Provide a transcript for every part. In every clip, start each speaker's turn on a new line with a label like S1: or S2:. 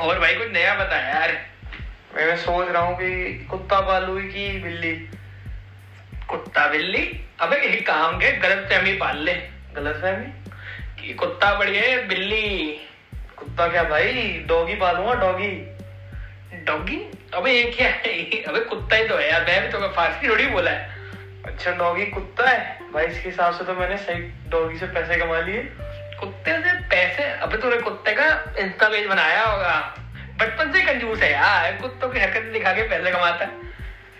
S1: और भाई कुछ नया बता यार
S2: मैं मैं सोच रहा हूँ कि कुत्ता पालू की बिल्ली
S1: कुत्ता बिल्ली अबे यही काम के गलत फहमी पाल ले
S2: गलत फहमी
S1: कि कुत्ता बढ़िया है बिल्ली
S2: कुत्ता क्या भाई डॉगी पालूंगा डॉगी
S1: डॉगी अबे ये क्या है अबे कुत्ता ही तो है यार मैं भी तो फारसी थोड़ी बोला है
S2: अच्छा डॉगी कुत्ता है भाई इसके हिसाब से तो मैंने सही डॉगी से पैसे कमा लिए
S1: कुत्ते से पैसे अबे तूने कुत्ते का इंस्टा पेज बनाया होगा बचपन से कंजूस है यार कुत्तों की हरकतें दिखा के पैसे कमाता है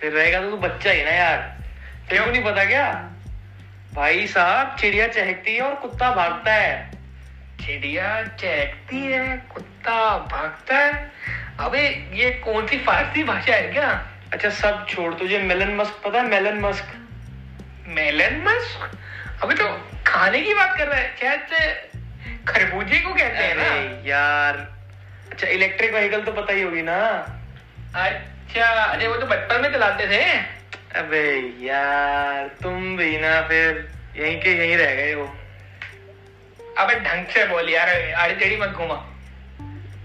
S2: फिर रहेगा तो तू बच्चा ही ना यार तेरे को नहीं पता क्या भाई साहब चिड़िया चहकती है और कुत्ता भागता है
S1: चिड़िया चहकती है कुत्ता भागता है अबे ये कौन सी फारसी भाषा है क्या
S2: अच्छा सब छोड़ तुझे मेलन मस्क पता है मेलन मस्क
S1: मेलन मस्क अबे तो खाने की बात कर रहा है शायद से खरबूजे को कहते हैं
S2: अरे
S1: ना
S2: यार अच्छा इलेक्ट्रिक व्हीकल तो पता ही होगी ना
S1: अच्छा अरे वो तो बचपन में चलाते थे
S2: अबे यार तुम भी ना फिर यहीं के यहीं रह गए हो
S1: अबे ढंग से बोल यार अरे टेढ़ी मत घूमा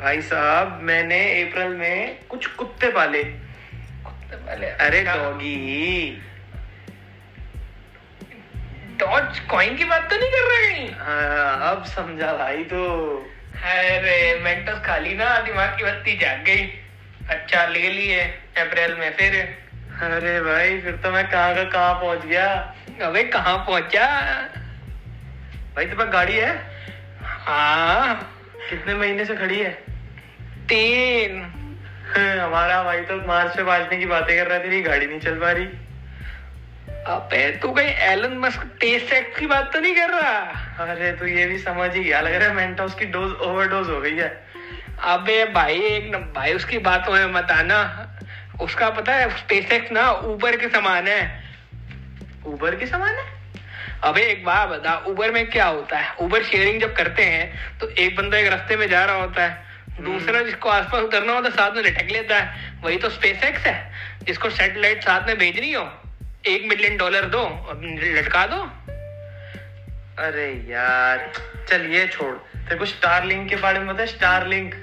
S2: भाई साहब मैंने अप्रैल में कुछ कुत्ते पाले
S1: कुत्ते वाले
S2: अरे
S1: अच्छा,
S2: डॉगी
S1: डॉज कॉइन की बात तो नहीं कर रहा कहीं
S2: हाँ अब समझा भाई तो
S1: अरे मेंटस खाली ना दिमाग की बत्ती जाग गई अच्छा ले लिए अप्रैल में फिर
S2: अरे भाई फिर तो मैं कहाँ का कहाँ पहुंच गया
S1: अबे कहाँ पहुंचा
S2: भाई तेरे पास गाड़ी है
S1: हाँ
S2: कितने महीने से खड़ी है
S1: तीन
S2: हमारा भाई तो मार्च में बाजने की बातें कर रहा थी गाड़ी नहीं चल पा रही
S1: अबे तू कहीं एलन मस्क टेस्ट सेक्स की बात तो नहीं कर रहा
S2: अरे तो ये भी समझ ही गया लग रहा है मेंटोस की डोज ओवरडोज हो गई है
S1: अबे भाई एक न, भाई उसकी बातों में मत आना उसका पता है स्पेस ना ऊबर के समान है
S2: ऊबर के समान है
S1: अबे एक बात बता उबर में क्या होता है उबर शेयरिंग जब करते हैं तो एक बंदा एक रास्ते में जा रहा होता है दूसरा जिसको आसपास उतरना होता है साथ में लटक लेता है वही तो स्पेस है जिसको सैटेलाइट साथ में भेजनी हो एक मिलियन डॉलर दो और लटका दो
S2: अरे यार चल ये छोड़ तेरे को स्टारलिंक के बारे में पता है स्टारलिंक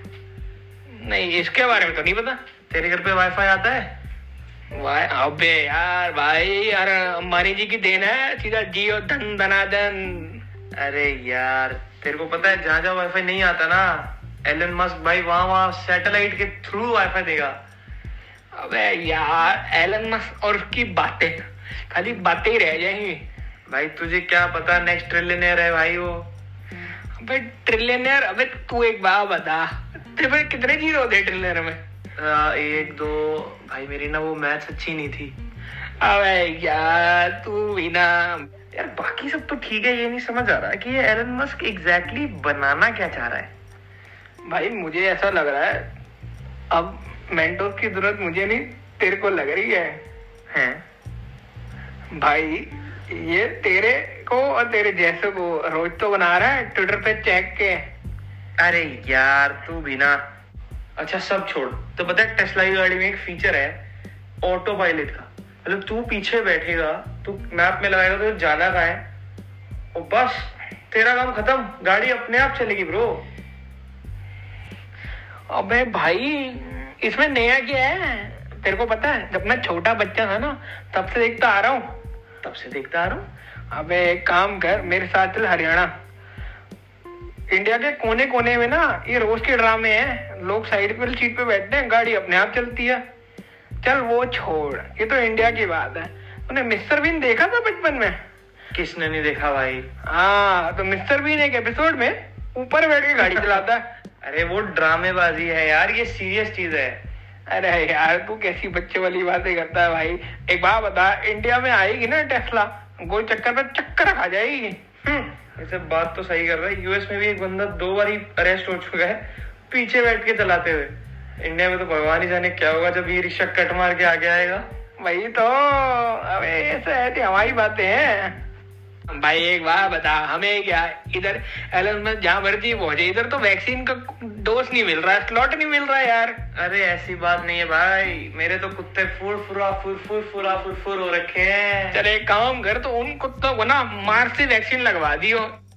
S1: नहीं इसके बारे में तो नहीं पता
S2: तेरे घर पे वाईफाई आता है
S1: वाह, अबे यार भाई यार अंबानी जी की देन है सीधा जियो धन धना धन
S2: अरे यार तेरे को पता है जहाँ जहाँ वाईफाई नहीं आता ना एलन मस्क भाई वहाँ वहाँ सैटेलाइट के थ्रू वाईफाई देगा
S1: अबे यार एलन मस्क और उसकी बातें खाली बातें ही रह जाएंगी
S2: भाई तुझे क्या पता नेक्स्ट ट्रिलियनेयर है भाई वो
S1: अबे ट्रिलियनर अबे तू एक बात बता तेरे पे कितने जीरो होते हैं ट्रिलियनर में
S2: आ, एक दो भाई मेरी ना वो मैथ्स अच्छी नहीं थी
S1: अबे यार तू भी ना
S2: यार बाकी सब तो ठीक है ये नहीं समझ आ रहा कि ये एलन मस्क एग्जैक्टली बनाना क्या चाह रहा है
S1: भाई मुझे ऐसा लग रहा है अब मेंटोर की जरूरत मुझे नहीं तेरे को लग रही है
S2: हैं
S1: भाई ये तेरे को और तेरे जैसे को रोज तो बना रहा है ट्विटर पे चेक के
S2: अरे यार तू भी ना अच्छा सब छोड़ तो पता है टेस्ला की गाड़ी में एक फीचर है ऑटो पायलट का मतलब तू पीछे बैठेगा तू मैप में लगाएगा तो जाना कहाँ है और बस तेरा काम खत्म गाड़ी अपने आप चलेगी ब्रो
S1: अबे भाई इसमें नया क्या है तेरे को पता है जब मैं छोटा बच्चा था ना तब से देखता आ रहा हूँ
S2: तब से देखता आ रहा हूँ
S1: अबे एक काम कर मेरे साथ चल हरियाणा इंडिया के कोने कोने में ना ये रोज के ड्रामे हैं लोग साइड पर सीट पे बैठते हैं गाड़ी अपने आप चलती है चल वो छोड़ ये तो इंडिया की बात है तूने मिस्टर बीन देखा था बचपन में
S2: किसने नहीं देखा भाई
S1: हाँ तो मिस्टर बीन एक एपिसोड में ऊपर बैठ के गाड़ी चलाता है
S2: अरे वो ड्रामेबाजी है यार ये सीरियस चीज है
S1: अरे यार तू कैसी बच्चे वाली बातें करता है भाई एक बात बता इंडिया में आएगी ना टेस्ला गोल चक्कर पे चक्कर खा जाएगी हम्म।
S2: ये सब बात तो सही कर रहा है यूएस में भी एक बंदा दो बार ही अरेस्ट हो चुका है पीछे बैठ के चलाते हुए इंडिया में तो भगवान ही जाने क्या होगा जब ये रिक्शा कट मार के आगे आएगा
S1: वही तो अबे ऐसे ऐसी हमारी बातें हैं भाई एक बार बता हमें क्या इधर एलन मस्क जहाँ मर्जी पहुंचे इधर तो वैक्सीन का डोज नहीं मिल रहा स्लॉट नहीं मिल रहा यार
S2: अरे ऐसी बात नहीं है भाई मेरे तो कुत्ते फुर फुरा फुर फुर फुरा फुर फुर हो रखे हैं
S1: चल एक काम कर तो उन कुत्तों को ना मार्च से वैक्सीन लगवा दियो